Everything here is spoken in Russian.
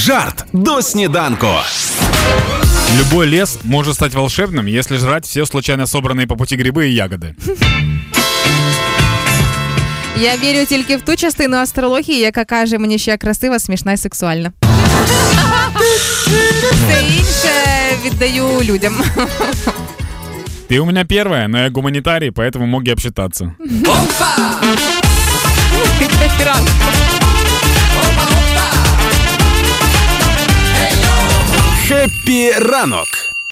Жарт до сніданку. Любой лес может стать волшебным, если жрать все случайно собранные по пути грибы и ягоди. Я вірю тільки в ту частину астрології, яка каже мені, що я красива, смішна і сексуальна. Все інше віддаю людям. Ты у меня первая, но я гуманитарий, поэтому мог и обсчитаться. Хеппі ранок